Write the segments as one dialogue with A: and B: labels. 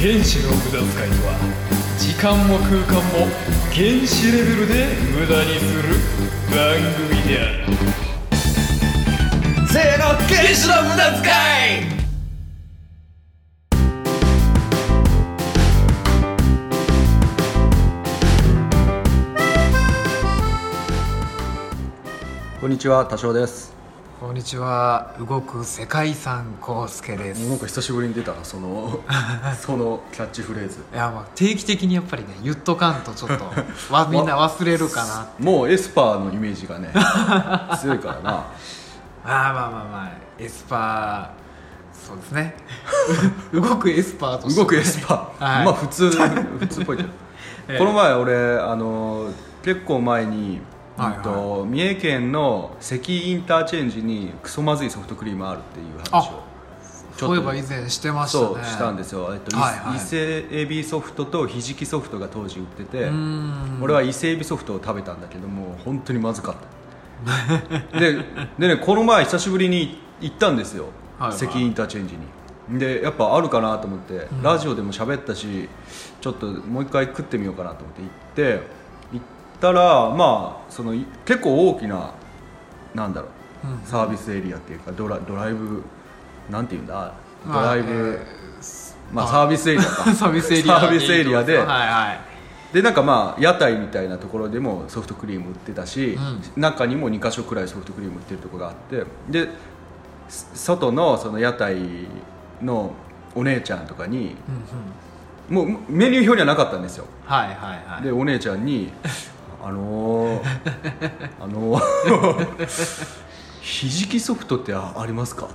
A: 原子の無駄遣いとは時間も空間も原子レベルで無駄にする番組である
B: せーの原子の無駄遣い
C: こんにちは、多少です。
B: こんにちは動く世界遺産康介です
C: なんか久しぶりに出たな、そ の、そのキャッチフレーズ。
B: いやまあ定期的にやっぱりね言っとかんとちょっと わみんな忘れるかな
C: もうエスパーのイメージが ね、強いからな。
B: まあまあまあまあエスパーそうですね 動くエスパーとして、
C: 動くエスパー。
B: はい
C: まあ普 通、普通っぽいけど。
B: ええ
C: この前俺、あの、結構前に、
B: はいはい
C: うんと三重県の関インターチェンジにクソまずいソフトクリームあるっていう話を
B: あそういえば以前してましたね
C: そうしたんですよ、えっとい
B: はいはい
C: 伊勢エビソフトとひじきソフトが当時売ってて
B: ん
C: 俺は伊勢エビソフトを食べたんだけどもう本当にまずかったででねこの前久しぶりに行ったんですよ、
B: はいはい
C: 関インターチェンジにでやっぱあるかなと思って、ラジオでも喋ったしちょっともう一回食ってみようかなと思って行って行ったらまあそのい結構大きななんだろう、
B: うん
C: サービスエリアっていうかドラドライブなんていうんだド
B: ま
C: ラ
B: あ
C: イブ、
B: えー
C: まあ、サービスエリアか
B: サービスエリア
C: サービスエリアで
B: はいはい
C: でなんかまあ屋台みたいなところでもソフトクリーム売ってたし、
B: う
C: 中にも2か所くらいソフトクリーム売ってるとこがあってです外のその屋台のお姉ちゃんとかに
B: うんうん
C: もうメニュー表にはなかったんですよ
B: はいはいはい
C: でお姉ちゃん に「あのー、あのー、 ひじきソフトってあありますか?」って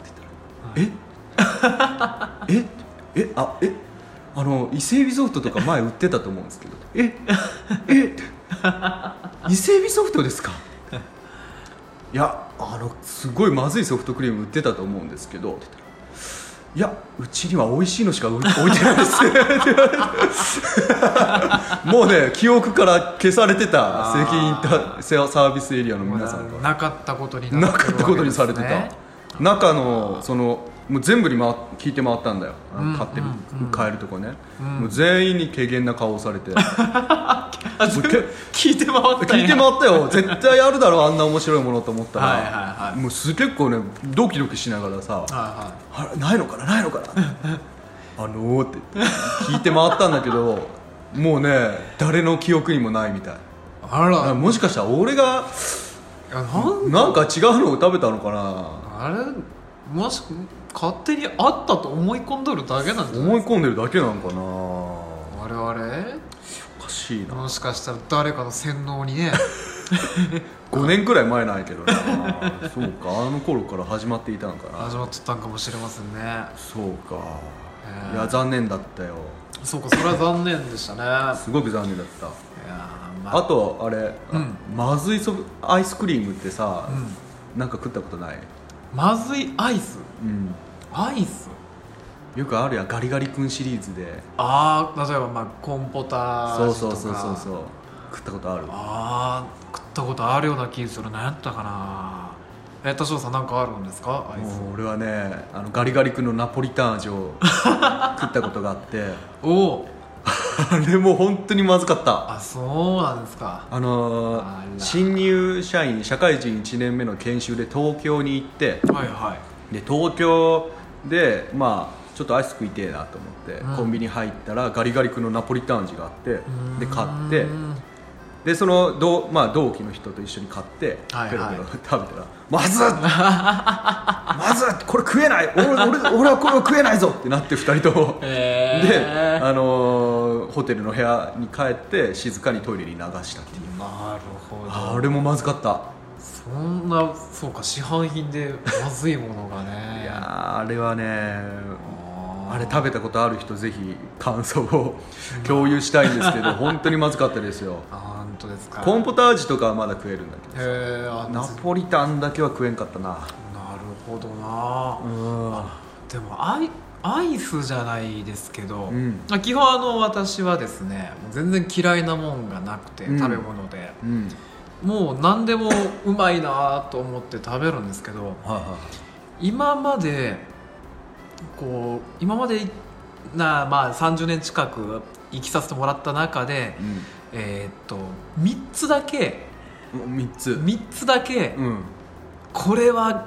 C: 言ったら「え ええあえあの伊勢海老ソフトとか前売ってたと思うんですけどえ え伊勢海老ソフトですか?」 いやあのすごいまずいソフトクリーム売ってたと思うんですけど」って言ったらいやうちには美味しいのしか置い置いてないです」って言われて もうね記憶から消されてた
B: あ
C: 正
B: ー
C: 規インターセサービスエリアの皆さんが
B: なかったことに
C: な
B: って
C: か
B: る
C: ったことにされて
B: わけで
C: た
B: すね
C: 中のそのもう全部に回聞いて回ったんだよ、あの
B: うん
C: 買ってる、
B: うんうん
C: 買えるとこね、
B: うん
C: もう全員に軽減な顔をされ ても
B: あ
C: うけ
B: 聞いて回ったん
C: 聞
B: や
C: いて回ったよ 絶対あるだろあんな面白いものと思ったら、
B: はいはいはい
C: もうす結構ねドキドキしながらさ
B: は
C: あれないのかなないのか なあのー、って言って聞いて回ったんだけどもうね誰の記憶にもないみたい
B: いはいあら
C: あもしかしたら俺が
B: いやなん
C: なんか違うのを食べたのかな
B: あれもし勝手にあったと思い込んどるだけなんじゃない
C: 思い込んでるだけなのかな
B: 我々
C: おかしいな
B: もしかしたら誰かの洗脳にね
C: 5年くらい前なんやけどなそうかあの頃から始まっていたのかな
B: 始まっとったんかもしれませんね
C: そうか
B: えー
C: いや残念だったよ
B: そうかそれは残念でしたねいや
C: すごく残念だった
B: ーまあ
C: あとあれ、
B: うん
C: まずいソフアイスクリームってさ、なんか食ったことない、
B: まずいアイス
C: うん、
B: アイス
C: よくあるやんガリガリ君シリーズで
B: ああ例えばまあコンポタ
C: そ
B: ー
C: う
B: ジュと
C: そう
B: か
C: そうそうそう食ったことある
B: ああ食ったことあるような気する何やったかなえ田代さん何かあるんですかアイス
C: もう俺はねあのガリガリ君のナポリタン味を 食ったことがあって
B: おお
C: あれも本当にまずかった
B: あそうなんですか
C: あのー
B: あら
C: 新入社員社会人1年目の研修で東京に行って
B: はいは
C: で東京でまあちょっとアイス食いてえなと思って、
B: うん
C: コンビニ入ったらガリガリ君のナポリタン味があって
B: い
C: で買っ
B: う
C: て
B: ーん
C: でその同,、まあ、同期の人と一緒に買ってペ
B: はい
C: ロペロ
B: はい
C: 食べたら「まずっまずっこ れ食えない俺俺俺はこれを食えないぞ!」ってなって2人とも、
B: え
C: で、
B: ー、
C: あのーホテルの部屋に帰って静かにトイレに流したっていう
B: なるほど
C: あれもまずかった
B: そんなそうか市販品でまずいものがね
C: いやーあれはね
B: あ
C: あれ食べたことある人ぜひ感想を共有したいんですけど本当にまずかったです よ
B: ーあ本当ですか
C: コン
B: ポ
C: ポタージュとかはまだ食えるんだけ
B: へえあ
C: どナ
B: ななる
C: ポリタンだけは食えんかったな
B: ほどな
C: うん
B: でもアイアイスじゃないですけど、
C: うん
B: まあ基本あの私はですねもう全然嫌いなもんがなくて、
C: うん
B: 食べ物で
C: うん
B: もう何でもうまいなと思って食べるんですけど
C: はいは
B: 今までこう今までなまあ30年近く生きさせてもらった中で、えーっと3つだけ
C: うん、3つ
B: 3つだけ
C: うん
B: これは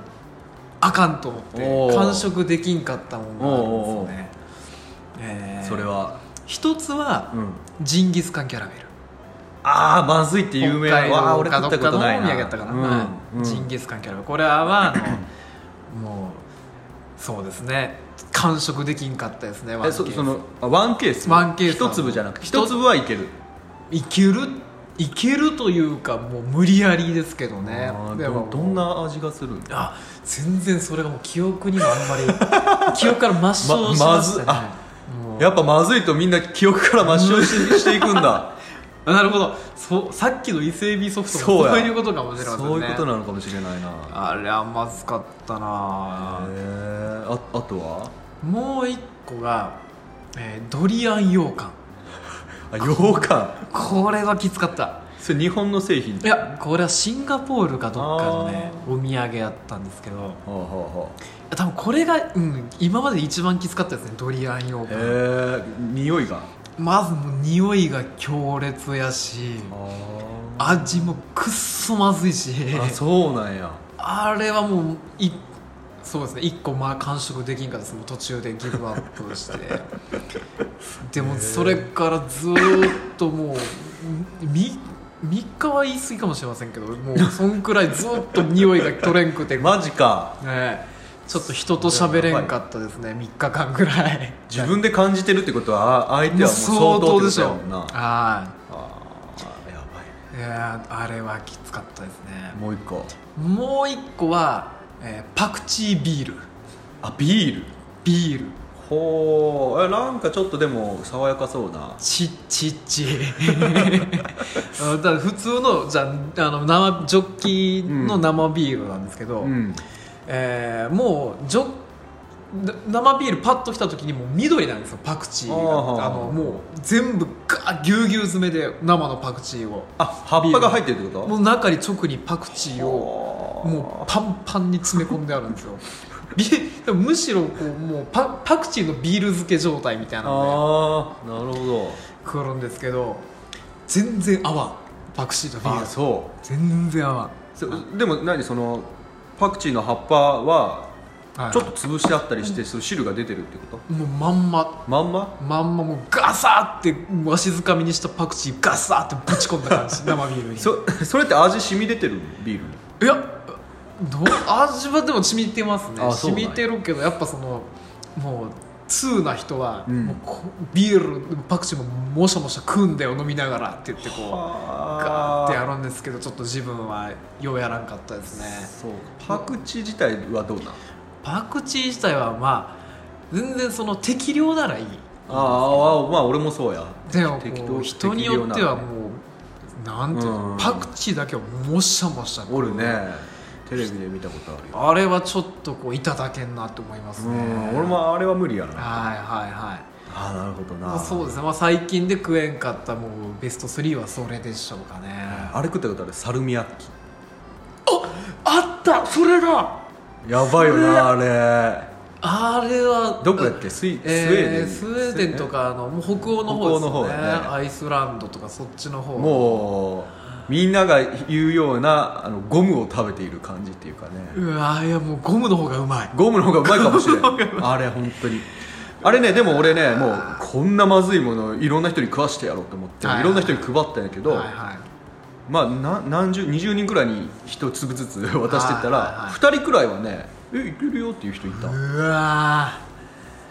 B: あかんと思っ
C: お
B: て
C: ー
B: 完食できんかったものがあるんですよね、えー
C: それは、
B: 一つは
C: うん、
B: ジンギスカンキャラメル
C: ああまずいって有名なわあ俺
B: か
C: 食
B: ど
C: っ
B: っか
C: た
B: の
C: こと
B: お土
C: ない
B: 産
C: な
B: やったかな、
C: うん
B: はい
C: うん
B: ジンギスカンキャラメルこれはまああ のもうそうですね完食できんかったですねワン
C: え
B: ケー
C: そ
B: ス
C: そのあワンケース
B: ワンケース
C: 一粒じゃなくて
B: 一
C: 一粒はいける
B: いけるいけるというかもう無理やりですけどね
C: あー
B: でも
C: どどんな味がするんだ
B: あ全然それがもう記憶にもあんまり 記憶から抹消し
C: ま
B: ま
C: ま
B: し
C: ず
B: たね、
C: あ
B: もう
C: やっぱまずいとみんな記憶から抹消ししていくんだ
B: あなるほどそうさっきの伊勢海老ソフトも
C: そうや
B: そういうことかもしれませんね
C: そういうことなのかもしれないな
B: あれはまずかったな
C: へえああとは
B: もう一個が、えードリアン羊羹
C: あ羊 羹
B: これはきつかった
C: それ日本の製品
B: いやこれはシンガポールかどっかのね
C: あ
B: お土産やったんですけど
C: はあはあは
B: 多分これが、うん、今までで一番きつかったですねドリアン羊
C: あへ
B: 羹
C: え匂いが
B: まずもう匂いが強烈やし
C: あ
B: 味もくっそまずいし
C: あそうなんや
B: あれはもういそうですね1個まあ完食できんかったですもう途中でギブアップして でもそれからずーっともうみ3日は言い過ぎかもしれませんけどもうそんくらいずーっと匂いが取れ んくて、ね
C: マジか
B: え、ちょっと人と喋れんかったですね3日間ぐらい
C: 自分で感じてるってことはあ相手
B: もう
C: はもう相当って
B: で
C: こ
B: し
C: とや
B: ょ
C: もんな
B: は
C: あーやばい
B: いいやーあれはきつかったですね
C: もう一個
B: もう1個は、えーパクチービール
C: あビール
B: ビール
C: ほうえなんかちょっとでも爽やかそうな
B: ちっちっ ちあだから普通のじゃああの生ジョッキの生ビールなんですけど、
C: うん
B: えーもうジョな生ビールパッと来た時にもう緑なんですよパクチーが
C: あー
B: あのもう全部ガーぎゅうぎゅう詰めで生のパクチーを
C: あ葉っぱが入ってるってこと
B: もう中に直にパクチーを
C: ほ
B: もうパンパンに詰め込んであるんですよ ビでもむしろこうもうパパクチーのビール漬け状態みたいなので
C: ああなるほど
B: 来るんですけど全然合わんパクチーとビー
C: あ
B: ル
C: そ
B: 全然合わん
C: うそでも何そのパクチーの葉っぱは
B: はい
C: ちょっと潰してあったりしてその汁が出てるってこと
B: もうまんま
C: まんま
B: まんまもうガサーってわしづかみにしたパクチーガサーってぶち込んだ感じ生ビールに
C: そそれって味染み出てるビールに
B: いやどう味はでも染みてますね
C: あそうなん
B: 染
C: や
B: みてるけどやっぱそのもう通な人は、
C: うん
B: もうこビールパクチーももしゃもしゃ食うんだよ飲みながらって言ってこうガー
C: あ
B: ってやるんですけどちょっと自分はようやらんかったですね
C: そうパクチー自体はどうなん
B: パクチー自体はまあ全然その適量ならいい
C: ああまあ俺もそうや
B: でも
C: 適
B: こ
C: 当
B: う人によってはもうなんていうの
C: うん
B: パクチーだけはもしゃもしゃ
C: おるねテレビで見たことあるよ
B: あれはちょっとこういただけんなと思います
C: う
B: ね
C: ん俺もあれは無理やなあ
B: はいはいはい
C: あなるほど
B: ま
C: な
B: あそうですね、まあ、最近で食えんかったもうベスト3はそれでしょうかね
C: あれ食ったことあるサルミアッキ
B: あったそれだ
C: やばいよなあれ
B: あれは
C: どこやっけスイスウェーデン
B: えースウェーデンとかあのもう北欧
C: 北
B: の方です
C: 欧の方
B: ね
C: ね
B: アイスランドとかそっちの方
C: もうみんなが言うようなあのゴムを食べている感じっていうかね
B: うわーいやもうゴムの方がうまい
C: ゴムの方がうまいかもしれんあれ本当にあれねでも俺ねもうこんなまずいものをいろんな人に食わしてやろうと思って、
B: はい
C: い
B: はい
C: ろんな人に配ったんやけど、
B: はいはい、
C: まあ、な何十20人くらいに1粒ずつ 渡していった
B: はいはいは
C: ら
B: い
C: 2人くらいはね「えいけるよ」っていう人いた
B: うわ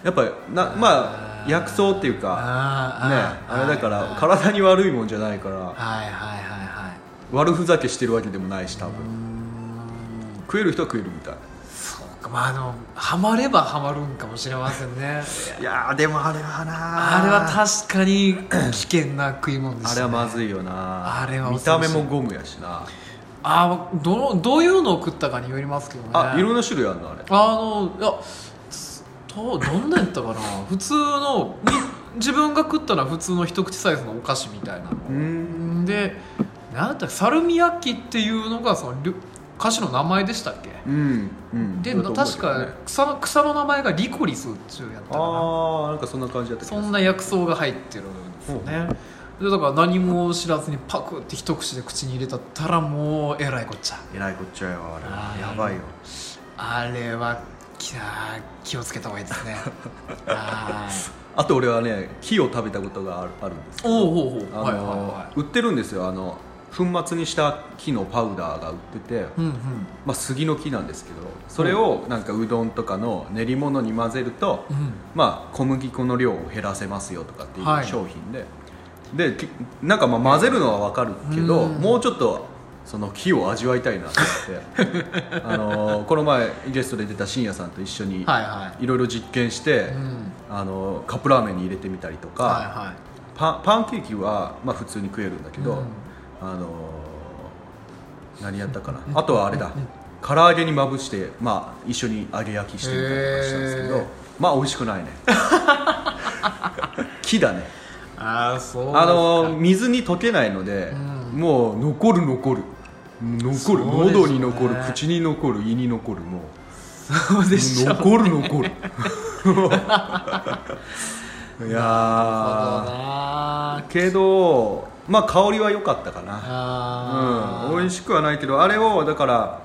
B: ー
C: やっぱりなまあ薬草っていうかね
B: あーあー
C: あれだか
B: はい
C: ら体に悪いもんじゃないから
B: はいはいはいはい
C: 悪ふざけしてるわけでもないし多
B: う
C: 分
B: ーん
C: 食える人は食えるみたい
B: そうかまああのハマればハマるんかもしれませんね
C: いやーでもあれはな
B: あれは確かに危険な食い物で
C: あ
B: す、
C: れ
B: ね、
C: はまずいよな
B: あれは
C: 見
B: 恐
C: た
B: ろし
C: 目
B: い
C: もゴムやしな
B: あーどのどういうのを食ったかによりますけどね
C: あいろんな種類あるのあれ
B: あのいやどどんなんやったかな普通のに自分が食ったのは普通の一口サイズのお菓子みたいなの
C: うん
B: でなんだったっけサルミヤッキっていうのがそのりょ歌手の名前でしたっけ
C: うんうん
B: で、
C: だと思う
B: 確
C: けど
B: か
C: ね
B: 草の草の名前がリコリスっていうやったかな
C: ああなんかそんな感じだった気
B: そ
C: がする
B: んな薬草が入ってるんですよね、でだから何も知らずにパクって一口で口に入れたったらもうえらいこっちゃ
C: えらいこっちゃよあれ
B: あー
C: やばいよ
B: あれはきゃ気をつけた方がいいですねは
C: あと俺はね木を食べたことがあるあるんです
B: ーいおおほうほう
C: あの、
B: はいはいは
C: 売ってるんですよあの粉末にした木のパウダーが売ってて、
B: いうんうん
C: まあ、杉の木なんですけどそれをなんかうどんとかの練り物に混ぜると、
B: うん
C: まあ、小麦粉の量を減らせますよとかってい
B: は
C: う
B: い
C: 商品で、できなんかまあ混ぜるのは分かるけど、
B: うん
C: もうちょっとその木を味わいたいなと思って あのこの前ゲストで出た深夜さんと一緒に
B: はいはい
C: ろいろ実験して、
B: いうん
C: あのカップラーメンに入れてみたりとか、
B: は
C: パンパンケーキは、まあ、普通に食えるんだけど、
B: うん
C: あのー何やったかなあとはあれだ唐揚げにまぶして、まあ、一緒に揚げ焼きしてみたりとかしたんですけ
B: へー
C: どまあ美味しく ないね木だね
B: いはいああそうですか
C: あのー水に溶けないので、
B: う
C: もう残る残る残る、
B: そうですね
C: 喉に残る口に残る胃に残るもう
B: そうでしょう
C: 残る残 るいやー
B: あ
C: けどまあ香りは良かったかな、
B: あ
C: うん、美
B: し
C: 味しくはないけどあれをだから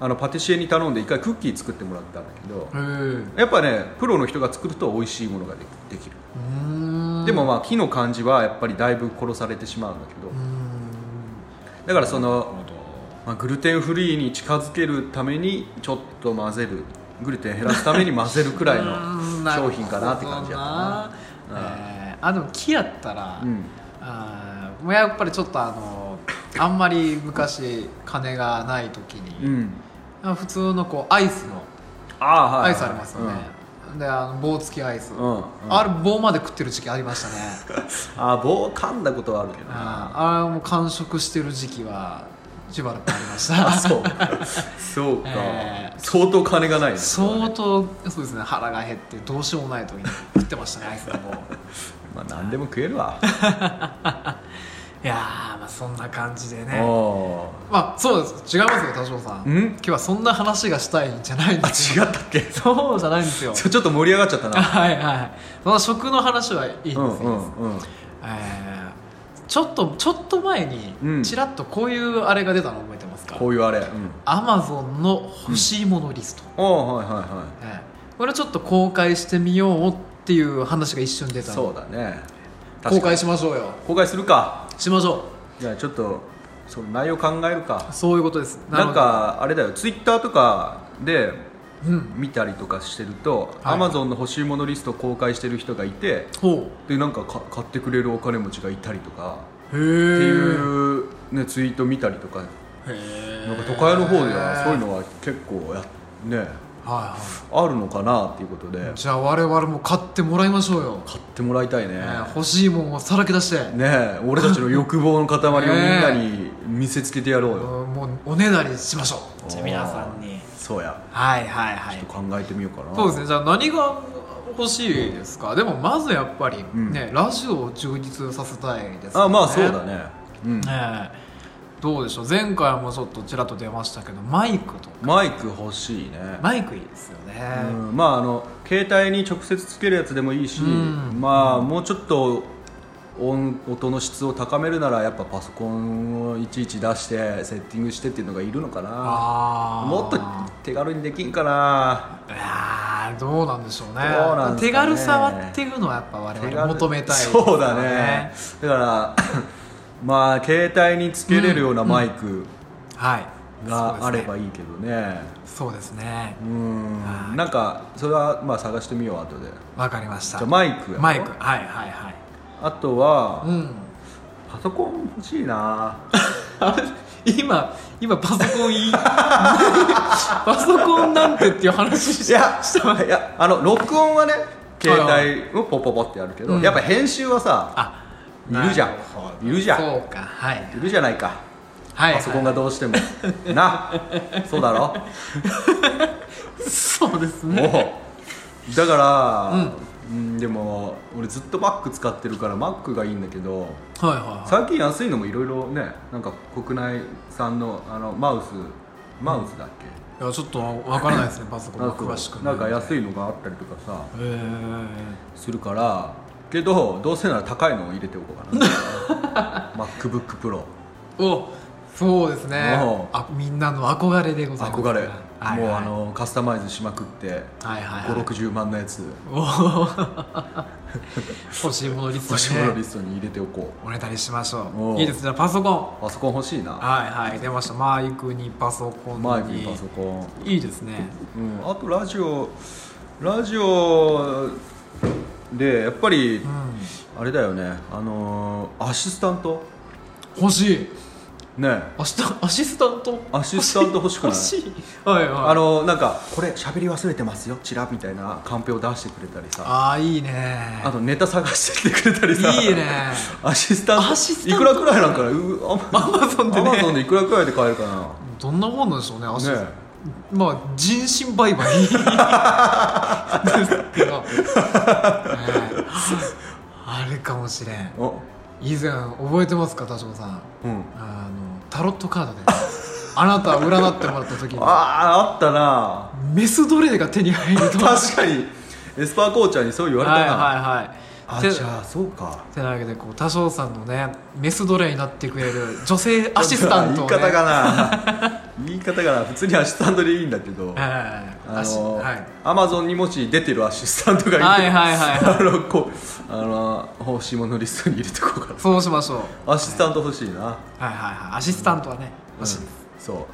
C: あのパティシエに頼んで一回クッキー作ってもらったんだけど
B: うん
C: やっぱねプロの人が作ると美味しいものができできる、
B: うん
C: でもまあ木の感じはやっぱりだいぶ殺されてしまうんだけど、だからその、まあ、グルテンフリーに近づけるためにちょっと混ぜるグルテン減らすために混ぜるくらいの商品かなって感じやったな
B: なるほどなえーあでも木やったら、
C: うん
B: あーもうやっぱりちょっとあのあんまり昔金がない時
C: う
B: に、
C: ん
B: あ普通のこうアイスの
C: ああはいはい
B: アイスありますよね、であの棒付きアイス、
C: うんうん
B: あれ棒まで食ってる時期ありました ね
C: あ棒噛んだことはあるけどな
B: あーあれもう完食してる時期はしばらくありました
C: あ そうそうか、
B: えー
C: 相当金がないね
B: 相当そうですね腹が減ってどうしようもない時に食ってましたねアイスの 棒
C: まあ何でも食えるわ、
B: いやーまあそんな感じでね
C: お
B: まあそうです違いますよ田代さん
C: ん
B: 今日はそんな話がしたいんじゃないん
C: あ
B: です
C: 違
B: よ
C: ったっけ ち
B: そうじゃないんですよ
C: ょちょっと盛り上がっちゃったな
B: はいはいその食の話はいいんです
C: うんう
B: よ、
C: んうん
B: えーちょっとちょっと前
C: う
B: に
C: ん
B: ちらっとこういうあれが出たの覚えてますか
C: こういうあれ、うん、
B: アマゾンの欲しいものリスト、
C: おおはいはいは
B: えーこれちょっと公開してみようっていう話が一瞬出
C: い
B: たの
C: そうだね
B: 公開
C: し
B: しましょうよ
C: 公開するか
B: しましょ
C: じゃあちょっとその内容考える
B: う
C: か
B: そういうことでする
C: な
B: ほ
C: ん
B: ど
C: かあれだよツイッターとかで
B: うん
C: 見たりとかしてると、
B: はい
C: Amazon の欲しいものリスト公開してる人がいて
B: ほ
C: でなんかか買ってくれるお金持ちがいたりとか
B: う
C: って
B: へ
C: い
B: え
C: う、ね、ツイート見たりとか
B: な
C: なんか都会の方ではそういうのは結構や、ね、
B: はいはい
C: あるのかなっていうことで
B: じゃあ我々も買ってもらいましょうよ、
C: 買ってもらいたいね
B: えー欲しいもんをさらけ出して、
C: ねえ俺たちの欲望の塊をみんなに見せつけてやろう
B: うん
C: よ、
B: もうおねだりしましょう
C: じゃあ皆さん
B: に
C: そうや
B: はいはいは
C: ちょ
B: い
C: っと考えてみようかな
B: そうですねじゃあ何が欲しいですかでもまずやっぱり
C: ん
B: ね、ラジオを充実させたいですよね
C: あまあそうだねうん
B: ねえどうでしょう前回もちょっとちらっと出ましたけどマイクと
C: マイク欲しいね、
B: マイクいいですよね、
C: うんまああの携帯に直接つけるやつでもいいし、
B: うん
C: まあもうちょっと音音の質を高めるならやっぱパソコンをいちいち出してセッティングしてっていうのがいるのかな
B: ああ
C: もっと手軽にできんかない
B: やーどうなんでしょうね
C: どうなんですかね
B: 手軽さはっていうのはやっぱ我
C: 手
B: 々
C: 軽
B: 求めたい、
C: そうだねだから まあ携帯につけれるようなマイク
B: はい
C: があれば
B: いい
C: いいけどね
B: そうですね
C: うんなんかそれはまあ探してみよう後で
B: わ、かりました
C: じゃあマイクやろ
B: マイクはいはいはい
C: あとは
B: うん
C: パソコン欲しいな
B: あれ今今パソコンいい パソコンなんてっていう話し
C: いやいやあの録音はね携
B: はい
C: 帯をポポポってやるけど、
B: うん
C: やっぱ編集はさ
B: あ
C: いるじゃ
B: なるほ
C: ん
B: ど
C: いるじゃん
B: そうかはい
C: いるじゃないか、
B: はい
C: パソコンがどうしても なそうだろ
B: そうです
C: も
B: ね
C: う だから、うん、でも俺ずっと Mac 使ってるから Mac がいいんだけど
B: はいはいはい
C: 最近安いのもいろいろねなんか国内産のあのマウスマウスだっけ
B: いやちょっとわからないですねパソコン
C: なん
B: が
C: か
B: 詳しく
C: なんか
B: い
C: 安いのがあったりとかさ
B: え
C: するからけどどうせなら高いのを入れておこうか な MacBookPro
B: えおそうですね
C: おう
B: あみんなの憧れでございます
C: 憧れ、
B: はいはい、
C: もうあのカスタマイズしまくって
B: はいはい、はい、
C: 560万のやつ
B: おー欲しいものリスト
C: 欲しい
B: ね
C: ものリストに入れておこ
B: おねだりしましょ
C: お
B: う
C: う
B: いいですねパソコン
C: うパソコン欲しいな
B: はいはい出ましたマイクにパソコンに
C: マイクにパソコン
B: いいですね
C: うん、あとラジオラジオでやっぱり、
B: うん
C: あれだよねあのーアシスタント
B: 欲しい
C: ね
B: アシタアシスタント
C: アシスタント欲しくない
B: 欲しいはいはい
C: あのなんかこれ喋り忘れてますよチラみたいなカンペを出してくれたりさ
B: あーいいね
C: あとネタ探してきてくれたりさ
B: いいね
C: アシスタント
B: アシスタント
C: いくらくらいなんかなうアマ
B: アマゾンでね
C: アマゾンでいくらくらいで買えるかな
B: どんなもんなんでしょうねアシス
C: ね
B: まあ人身売買ですけど、ねあるかもしれん
C: お
B: 以前覚えてますか田島さん
C: うん
B: あのタロットカードであなたを占ってもらった時に
C: ああーあった な
B: メス奴隷が手に入ると
C: 確かにエスパーコーチャーにそう言われた
B: はい
C: な、
B: はいはい
C: あ
B: て
C: じゃあそうか
B: てなわけでこう多少さんのねメス奴隷になってくれる女性アシスタントを、ね、
C: 言い方かな言い方かな普通にアシスタントでいいんだけど
B: はい
C: あ
B: アシ
C: の
B: はい
C: アマゾンにもし出てるアシスタントがいて、
B: はいはいは
C: あのこう あの欲しいものリストに入れてこうか
B: そうしましょう
C: なアシスタント欲しいな、
B: はいはいはいアシスタントはね、
C: うん、
B: もし
C: そ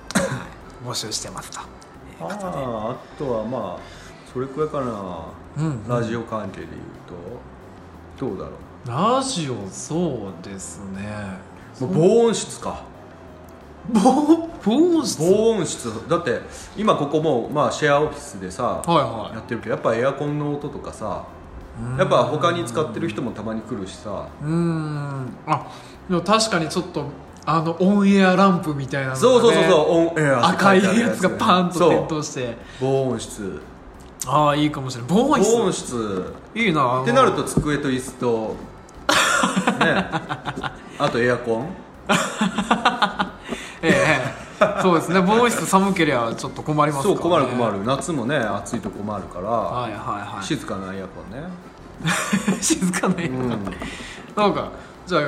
C: う
B: 募集してますと
C: あーあとはまあそれくらいかな、
B: うん
C: ラジオ関係でいうとどうだろ
B: ラジオそうですね
C: うもう防音室か
B: 防防音室はい
C: 防音室だって今ここもう、まあ、シェアオフィスでさ、や
B: は
C: ってるけどやっぱエアコンの音とかさ
B: い
C: やっぱ他に使ってる人もたまに来るしさ
B: うーんあでも確かにちょっとあのオンエアランプみたいなのが、ね、
C: そうそうそうそうオンエア
B: 赤いやつがパンと点
C: そう
B: 灯して
C: 防音室
B: ああいいかもしれない防音室
C: 防音室
B: いいな
C: ってなると机と椅子 とねあとエアコン
B: ええええそうですね防音室寒けりゃちょっと困りますか
C: そ
B: ら、
C: う
B: ね、
C: 困る困る夏もね暑いと困るから、
B: はいは い
C: 静かなエアコンね
B: はい静かね、
C: うん
B: なんかじゃあ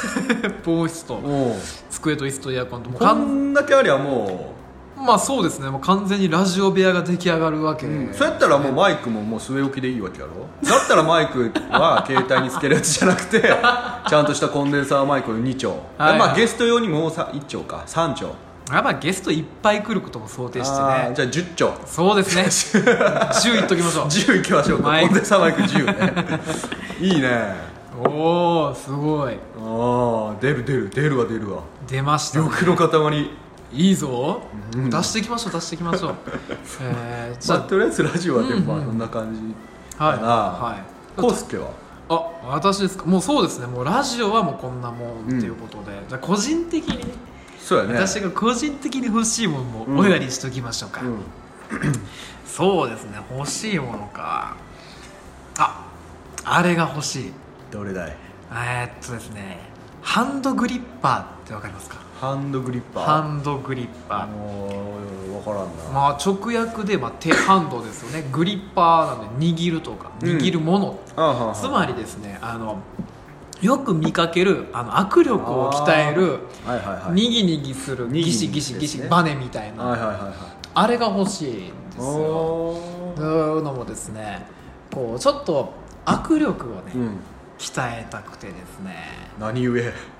B: 防音室と
C: もう
B: 机と椅子とエアコンともうか
C: こ
B: ん
C: んだけありゃも
B: まあそうですねもう完全にラジオ部屋が出来上がるわけ
C: う、
B: で、
C: うんそうやったらもうマイクももう据え置きでいいわけやろだったらマイクは携帯につけるやつじゃなく てちゃんとしたコンデンサーマイクを2丁、
B: はい
C: まあ、ゲスト用にもうさ1丁か3丁
B: やっぱゲストいっぱい来ることも想定して
C: あー
B: ね
C: じゃあ10丁
B: そうですね10いっときましょ う
C: 10いきましょうか
B: マイ
C: コ
B: ク
C: ンデンサーマイク10ね いいね
B: おおすごい
C: ああ出る出る出るわ出るわ
B: 出ました、ね、
C: 欲の塊
B: いいぞ、出していきましょう出していきましょうえー、じ
C: ま
B: ゃ
C: あ、とりあえずラジオはでも
B: うん
C: ま
B: う
C: あ
B: ん
C: そんな感じ
B: あはい
C: かな
B: はい
C: コウスケは
B: あ私ですかもうそうですねもうラジオはもうこんなもんっていうことで、じゃあ個人的にね
C: そうやね
B: 私が個人的に欲しいものもおやりしときましょうか、
C: うん
B: そうですね欲しいものかああれが欲しい
C: どれだい
B: えー、っとですねハンドグリッパーってわかりますか
C: ハンドグリッパー
B: ハンドグリッパー
C: もう分からんな、
B: まあ直訳でまあ手ハンドですよねグリッパーなんで握るとか
C: うん
B: 握るもの、
C: あはんはん
B: つまりですねあのよく見かけるあの握力を鍛える
C: はいはいはい
B: にぎにぎする
C: にぎにぎ
B: ギシギシギシ、
C: ですね
B: バネみたいな、
C: はいはいはいはい
B: あれが欲しいんですよ
C: お
B: と
C: ー
B: いうのもですねこうちょっと握力をね、
C: うん
B: 鍛えたくてですね
C: 何故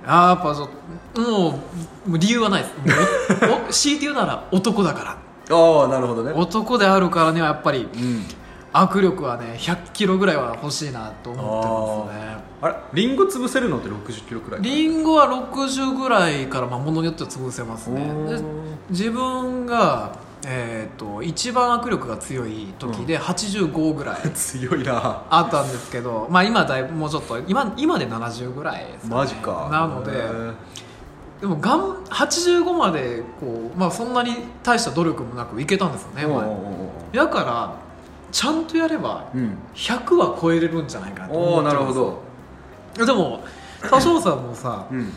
B: あーやっぱちょっともうもう理由はないですもうお お強いて言うなら男だか
C: ああなるほど
B: ら
C: ね
B: 男であるからにはやっぱり
C: うん
B: 握力はね100キロぐらいは欲しいなと思ってますね
C: あれリンゴ潰せるのって60キロくらい
B: リンゴは60ぐらいからまあものによっては潰せますね
C: お
B: で
C: ー
B: 自分が、えー、と一番握力が強い時で85ぐらい
C: 強いな
B: あったんですけど、まあ今だいぶもうちょっと今今で70ぐらいですかね
C: マジか
B: なの
C: へ
B: で
C: ー
B: でもがん85までこう、まあ、そんなに大した努力もなくいけたんですよね
C: おー
B: 前
C: お
B: だからちゃんとやれば
C: ーおーうん
B: 100は超えれるんじゃないかなと
C: お
B: 思
C: お
B: ってま
C: な
B: す
C: るほど
B: でも多少さんもさ
C: うん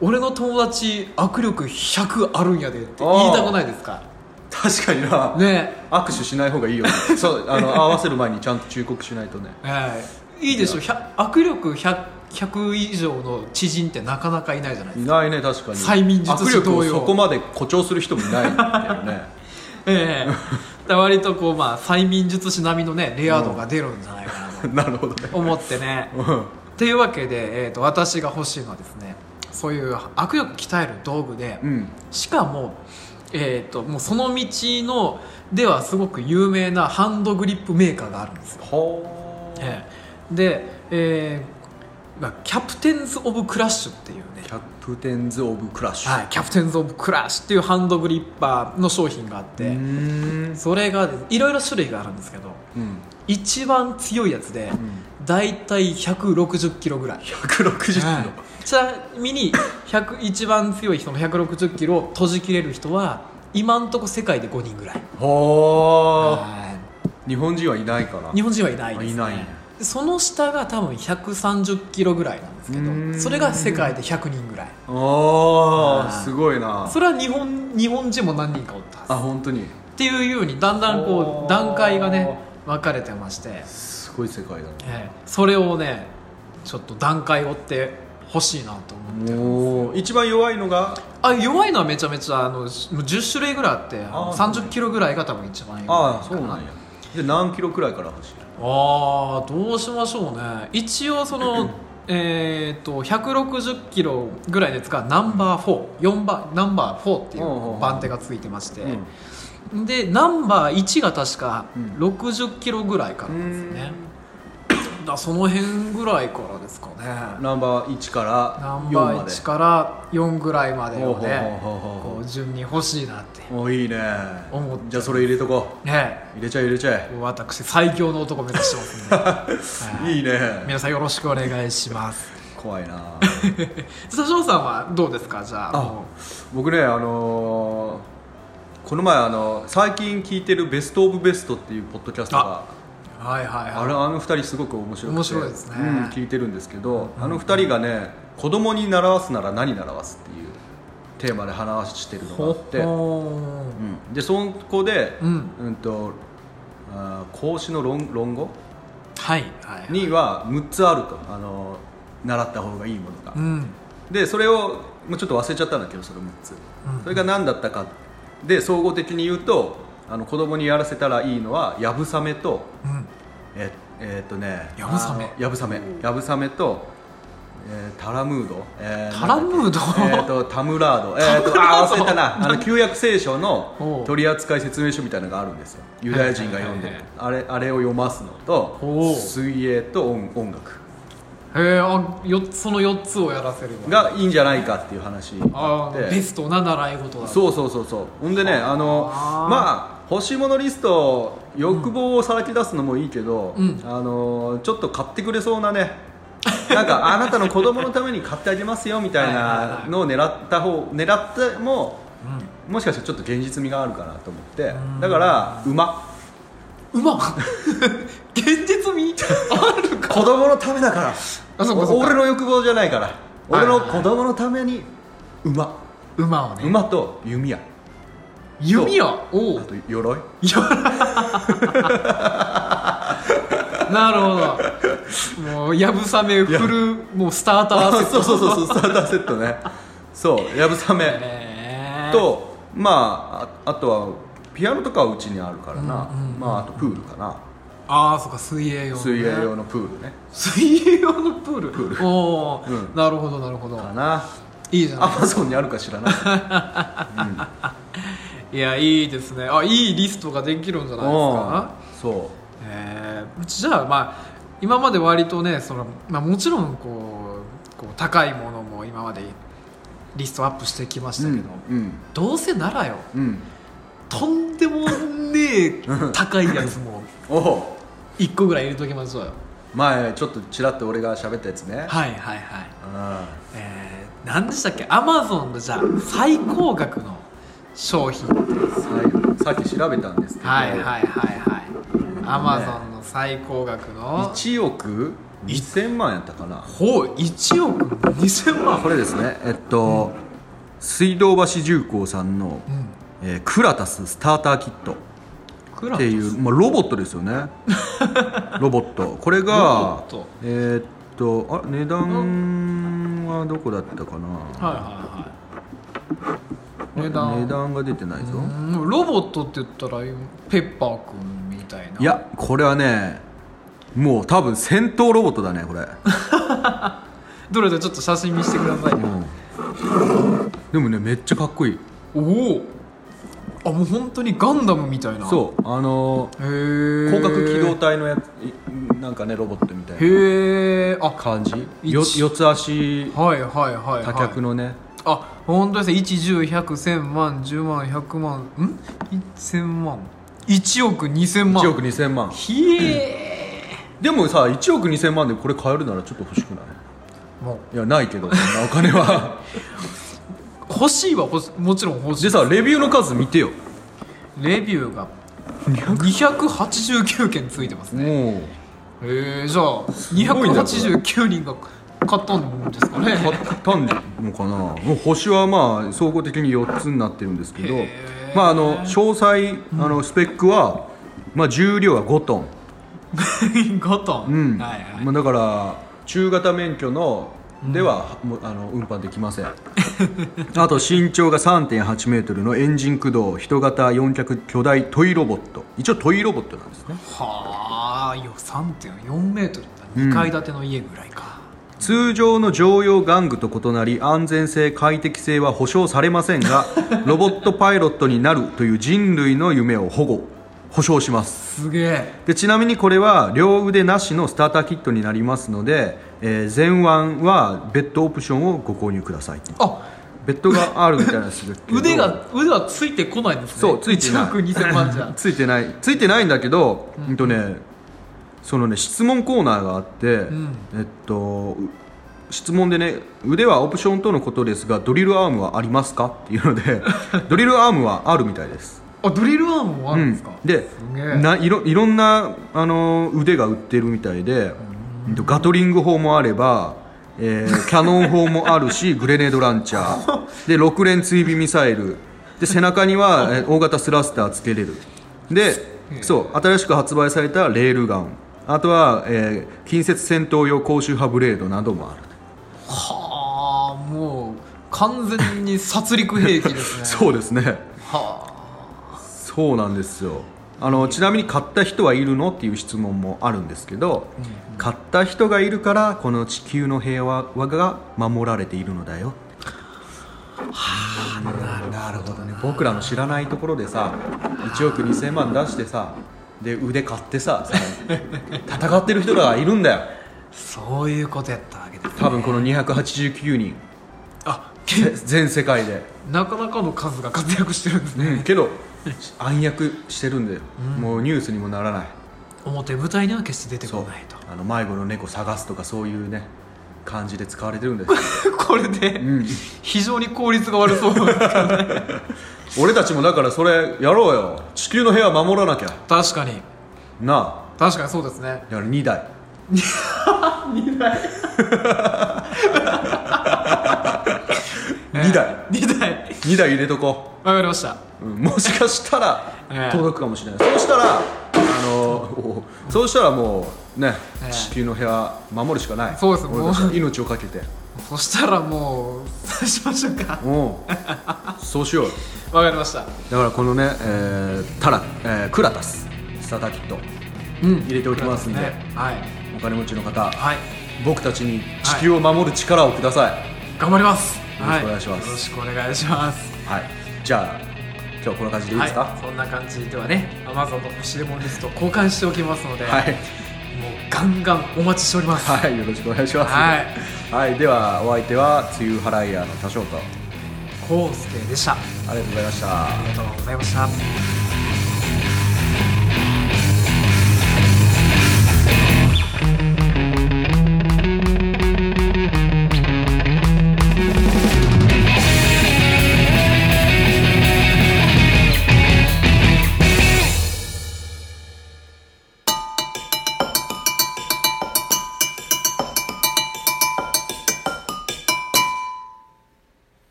B: 俺の友達握力100あるんやでって言いたくないですか
C: 確かにな、
B: ね
C: 握手しない方がいいよ、ね、 そうあの合わせる前にちゃんと忠告しないとね
B: はいいいでしょ100握力 100, 100以上の知人ってなかなかいないじゃないで
C: い
B: すか
C: ないね確かに
B: 催眠術
C: 握
B: 師
C: 力
B: 同
C: を
B: 様
C: そこまで誇張する人もいないんだよね
B: ええだから割とこうまあ催眠術師並みのねレア度が出るんじゃないかな と
C: なるほどね
B: 思ってね
C: うん
B: っていうわけで、えー、と私が欲しいのはですねそういう握力鍛える道具で、
C: うん
B: しかも,、えー、ともうその道のではすごく有名なハンドグリップメーカーがあるんですよ、
C: ほー
B: ええで、えーまあ、キャプテンズ・オブ・クラッシュっていうね
C: キャプテンズ・オブ・クラッシュ、
B: はい、キャプテンズ・オブ・クラッシュっていうハンドグリッパーの商品があっ
C: うー
B: て
C: ん
B: それがですいろいろ種類があるんですけど
C: うん
B: 一番強いやつで
C: うん
B: だいたい160キロぐらい
C: 160キロ、
B: はいちなみに100一番強い人の160キロを閉じきれる人は今んとこ世界で5人ぐらい
C: ほー
B: は
C: 日本人はいないから
B: い日本人はいないです、ね、
C: いないね
B: その下が多分130キロぐらいなんですけ
C: うー
B: ど
C: ん
B: それが世界で100人ぐらい
C: あ
B: は
C: あ
B: い
C: すごいな
B: それは日本日本人も何人かおったはず
C: あ本当に
B: っていうようにだんだんこ
C: お
B: う
C: ー
B: 段階がね分かれてまして、
C: すごい世界だね
B: ええそれをねちょっと段階を追ってほしいなと思って
C: おー一番弱いのが
B: あ弱いのはめちゃめちゃあのもう10種類ぐらいあって
C: あー
B: 3 0キロぐらいが多分一番
C: あ
B: 弱
C: あ
B: い
C: そうなんやで何キロくらいから走る
B: あーどうしましょうね一応 そのえーと160キロぐらいのやつがナンバー44番ナンバー4ってい
C: うんうんう
B: うん番手がついてまして、でナンバー1が確か
C: うん
B: 60キロぐらいからなんですよね、だその辺ぐらいからですかね
C: ナンバー1から
B: ナン
C: 4
B: バ
C: ま
B: ー
C: で
B: 1から4ぐらいまで
C: ほう
B: を
C: ほう
B: ね
C: ほうほうほ
B: こう順に欲しいなって
C: うおいいね
B: 思って
C: じゃあそれ入れとこ
B: ね
C: う入れちゃえ入れちゃえ
B: 私最強の男目指してますんで、はい
C: いい ね
B: 皆さんよろしくお願いします
C: 怖いな
B: 佐藤さんはどうですかじゃあ
C: あ
B: も
C: 僕ねあのーこの前あの最近聞いてる「ベスト・オブ・ベスト」っていうポッドキャストが
B: うはいはい
C: あ
B: はい
C: れあの二人すごく面白くて
B: 面白いですね
C: うん、聞いてるんですけど、あの二人がね子供に習わすなら何習わすっていうテーマで話してるのがあって
B: ほ
C: う
B: ー
C: ん、でそこで、
B: う
C: うんんとあー孔子の論論語
B: はいはいはい
C: には6つあるとあの習った方がいいものが、
B: うん
C: でそれをもうちょっと忘れちゃったんだけどその6つ、
B: うん
C: それが何だったかで総合的に言うとあの子供にやらせたらいいのはやぶさめと
B: うん
C: ええーっとね
B: やぶさめ
C: あのやぶさめやぶさめと、えータラムード、え
B: タラム
C: な
B: ード
C: んだっけえーっとタムラードえーっとあー忘れたなあ
B: なん
C: の旧約聖書
B: お
C: の
B: う
C: 取扱説明書みたいなのがあるんですよユダヤ人が読んでる
B: はい
C: あれあれを読ますの
B: おう
C: と水泳と音音楽
B: へえあよその4つをやらせるの
C: がいいんじゃないかっていう話にな
B: あ
C: っ
B: ー
C: て
B: ベストな習い事だ
C: そうそうそうそうほんでねあの
B: あー
C: まあ欲しいものリスト欲望をさらけ出すのもいいけど、
B: うん
C: あのちょっと買ってくれそうなねなんかあなたの子供のために買ってあげますよみたい
B: はいはいは
C: ないのを狙った方狙っても
B: うん
C: もしかしたらちょっと現実味があるかなと思って
B: ん
C: だから馬
B: うまっ 現実味あるか
C: 子供のためだから
B: あそうかそうか
C: 俺の欲望じゃないから
B: はい
C: 俺の子供のために馬
B: 馬をね
C: 馬と弓矢
B: 弓矢お
C: あ
B: う
C: と鎧
B: なるほどもうやぶさめフルもうスターターセッ
C: そ
B: ト
C: うそうそうそうスターターセットねそうやぶさめ
B: へー
C: とまあああとはピアノとかはうちにあるからな、
B: うんうんうん
C: まああとプールかな、
B: ああそっか水泳用のね、
C: 水泳用のプールね
B: 水泳用のプール
C: プー
B: ルおお、
C: うん
B: なるほどなるほど
C: かない
B: いじゃ
C: ア
B: な
C: マゾンにあるか知ら ない
B: いいやいいですねあいいリストができるんじゃないですか
C: うんそ
B: えーじゃあまあ今まで割とねその、まあ、もちろんこうこう高いものも今までリストアップしてきまし
C: う
B: た
C: う
B: け
C: ん
B: ど、
C: うん
B: どうせならよ
C: うん
B: とんでもねえ高いやつも
C: おお
B: 1個ぐらい入れときましょうよ
C: 前ちょっとちらっと俺が喋ったやつね、
B: はいはいはい
C: あ
B: えー、何でしたっけアマゾンのじゃあ最高額の商品
C: あささっき調べたんですけど、
B: はいはいはいはいアマゾンの最高額の
C: 1億1000万やったかな
B: ほう1億2000万
C: これですねえっと、水道橋重工さんの、
B: ん
C: えークラタススターターキット
B: クラ
C: っていう、まあ、ロボットです よねロボットこれが
B: ロボット
C: えーっとあ値段はどこだったかな
B: はいはいはい値段
C: 値段が出てないぞ
B: うんロボットって言ったらペッパーくんみたいない
C: やこれはねもう多分戦闘ロボットだねこれ、
B: どれでちょっと写真見せてください、
C: うんでもねめっちゃかっこいい
B: おおあもう本当にガンダムみたいな
C: そうあの
B: へえ
C: ー広角機動
B: へ
C: 隊のやついなんかねロボットみたいな
B: えあ
C: 感じ
B: 一
C: よ四つ足
B: はいはいはい、はい、
C: 多脚のね、
B: あ本当ですね1101001000万10万100万ん1000万1億2000万
C: 1億2000万
B: ひえ
C: でもさ1億2000万でこれ買えるならちょっと欲しくない
B: もう
C: いやないけどそんなお金 は
B: 欲しいは欲しもちろん欲しい
C: でさレビューの数見てよ
B: レビューが289件ついてますね
C: もう
B: えー、じゃあ
C: ごいなこれ
B: 289人が買ったんですかね
C: 買ったんのかなもう星はまあ総合的に4つになってるんですけど
B: へー
C: まああの詳細あのスペックは、まあ、重量は5トン、
B: 5トン、
C: うん
B: はいはい
C: まあ、だから中型免許のでは、もうあの運搬できません あと身長が3 8メートルのエンジン駆動人型4脚巨大トイロボット一応トイロボットなんですね
B: はあよ3.4メートル2階建ての家ぐらいか、
C: 通常の常用玩具と異なり安全性快適性は保証されません がロボットパイロットになるという人類の夢を保護保証します
B: すげえ
C: でちなみにこれは両腕なしのスターターキットになりますので、えー前腕はベッドオプションをご購入ください
B: あ
C: ベッドがあるみたいなんですけど
B: 腕が腕はついてこないんですね
C: そうついてない
B: 1億2000万じゃ
C: ついてないついてないんだけど、うんとねそのね質問コーナーがあって、
B: ん
C: えっとう質問でね腕はオプションとのことですがドリルアームはありますかっていうの でドリルアームはあるみたいです
B: あドリルアームもあるんですか、
C: うん、です
B: げえ
C: ないろいろんなあの腕が売ってるみたいで、うんとガトリング砲もあれば、え ーキャノン砲もあるしグレネードランチャーで6連追尾ミサイルで背中にはえー大型スラスターつけれるでそう新しく発売されたレールガンあとは、えー近接戦闘用高周波ブレードなどもある
B: はあもう完全に殺戮兵器です ね
C: そうですね
B: は
C: そうなんですよあのちなみに買った人はいるのっていう質問もあるんですけど、買った人がいるからこの地球の平和が守られているのだよはあなるほどね僕らの知らないところでさ1億2000万出してさで腕買ってささ 戦ってる人らがいるんだよ
B: あそういうことやったわけです
C: 多分この289人
B: あ
C: ぜ全世界で、
B: なかなかの数が活躍してるんですね、
C: けど暗躍してるんだよ、もうニュースにもならない
B: 表舞台には決して出てこないと
C: あの迷子の猫探すとかそういうね感じで使われてるんですよ
B: これで、非常に効率が悪 そうなんですけど
C: 俺たちもだからそれやろうよ地球の部屋守らなきゃ
B: 確かに
C: なあ
B: 確かにそうですね
C: だから2台2台
B: 2台
C: 2台入れとこ
B: わかりました
C: う、うんもしかした
B: え
C: ら
B: え
C: 届くかもしれない、そうしたらあのおそうしたらもうね、
B: ええ
C: 地球の部屋守るしかない
B: そうです
C: 俺たちは命を懸けて
B: そしたらもうそう しましょうか
C: うんそうしようよ
B: わかりました
C: だからこのね、えータラ、えークラタススターターキット
B: うん
C: 入れておきますんで、
B: はい
C: お金持ちの方、
B: はい
C: 僕たちに地球を守る力をください、
B: 頑張りますは
C: よろしくお願いします
B: よろしくお願いします
C: はいじゃあ今日はこんな感じでいいですか
B: はい、そんな感じではね Amazon の星レモンリスト交換しておきますので、
C: はい
B: もうガンガンお待ちしております
C: はい、よろしくお願いします
B: はい、
C: はいではお相手は梅雨払い屋の多少と
B: コウスケでしたあ
C: ありがとうございました
B: りがとうございました